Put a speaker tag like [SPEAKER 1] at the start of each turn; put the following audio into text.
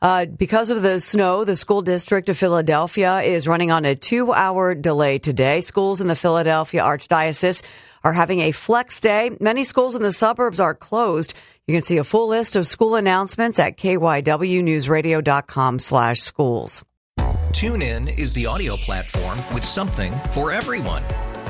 [SPEAKER 1] Uh, because of the snow, the school district of Philadelphia is running on a two hour delay today. Schools in the Philadelphia Archdiocese are having a flex day. Many schools in the suburbs are closed. You can see a full list of school announcements at kywnewsradio.com slash schools.
[SPEAKER 2] TuneIn is the audio platform with something for everyone.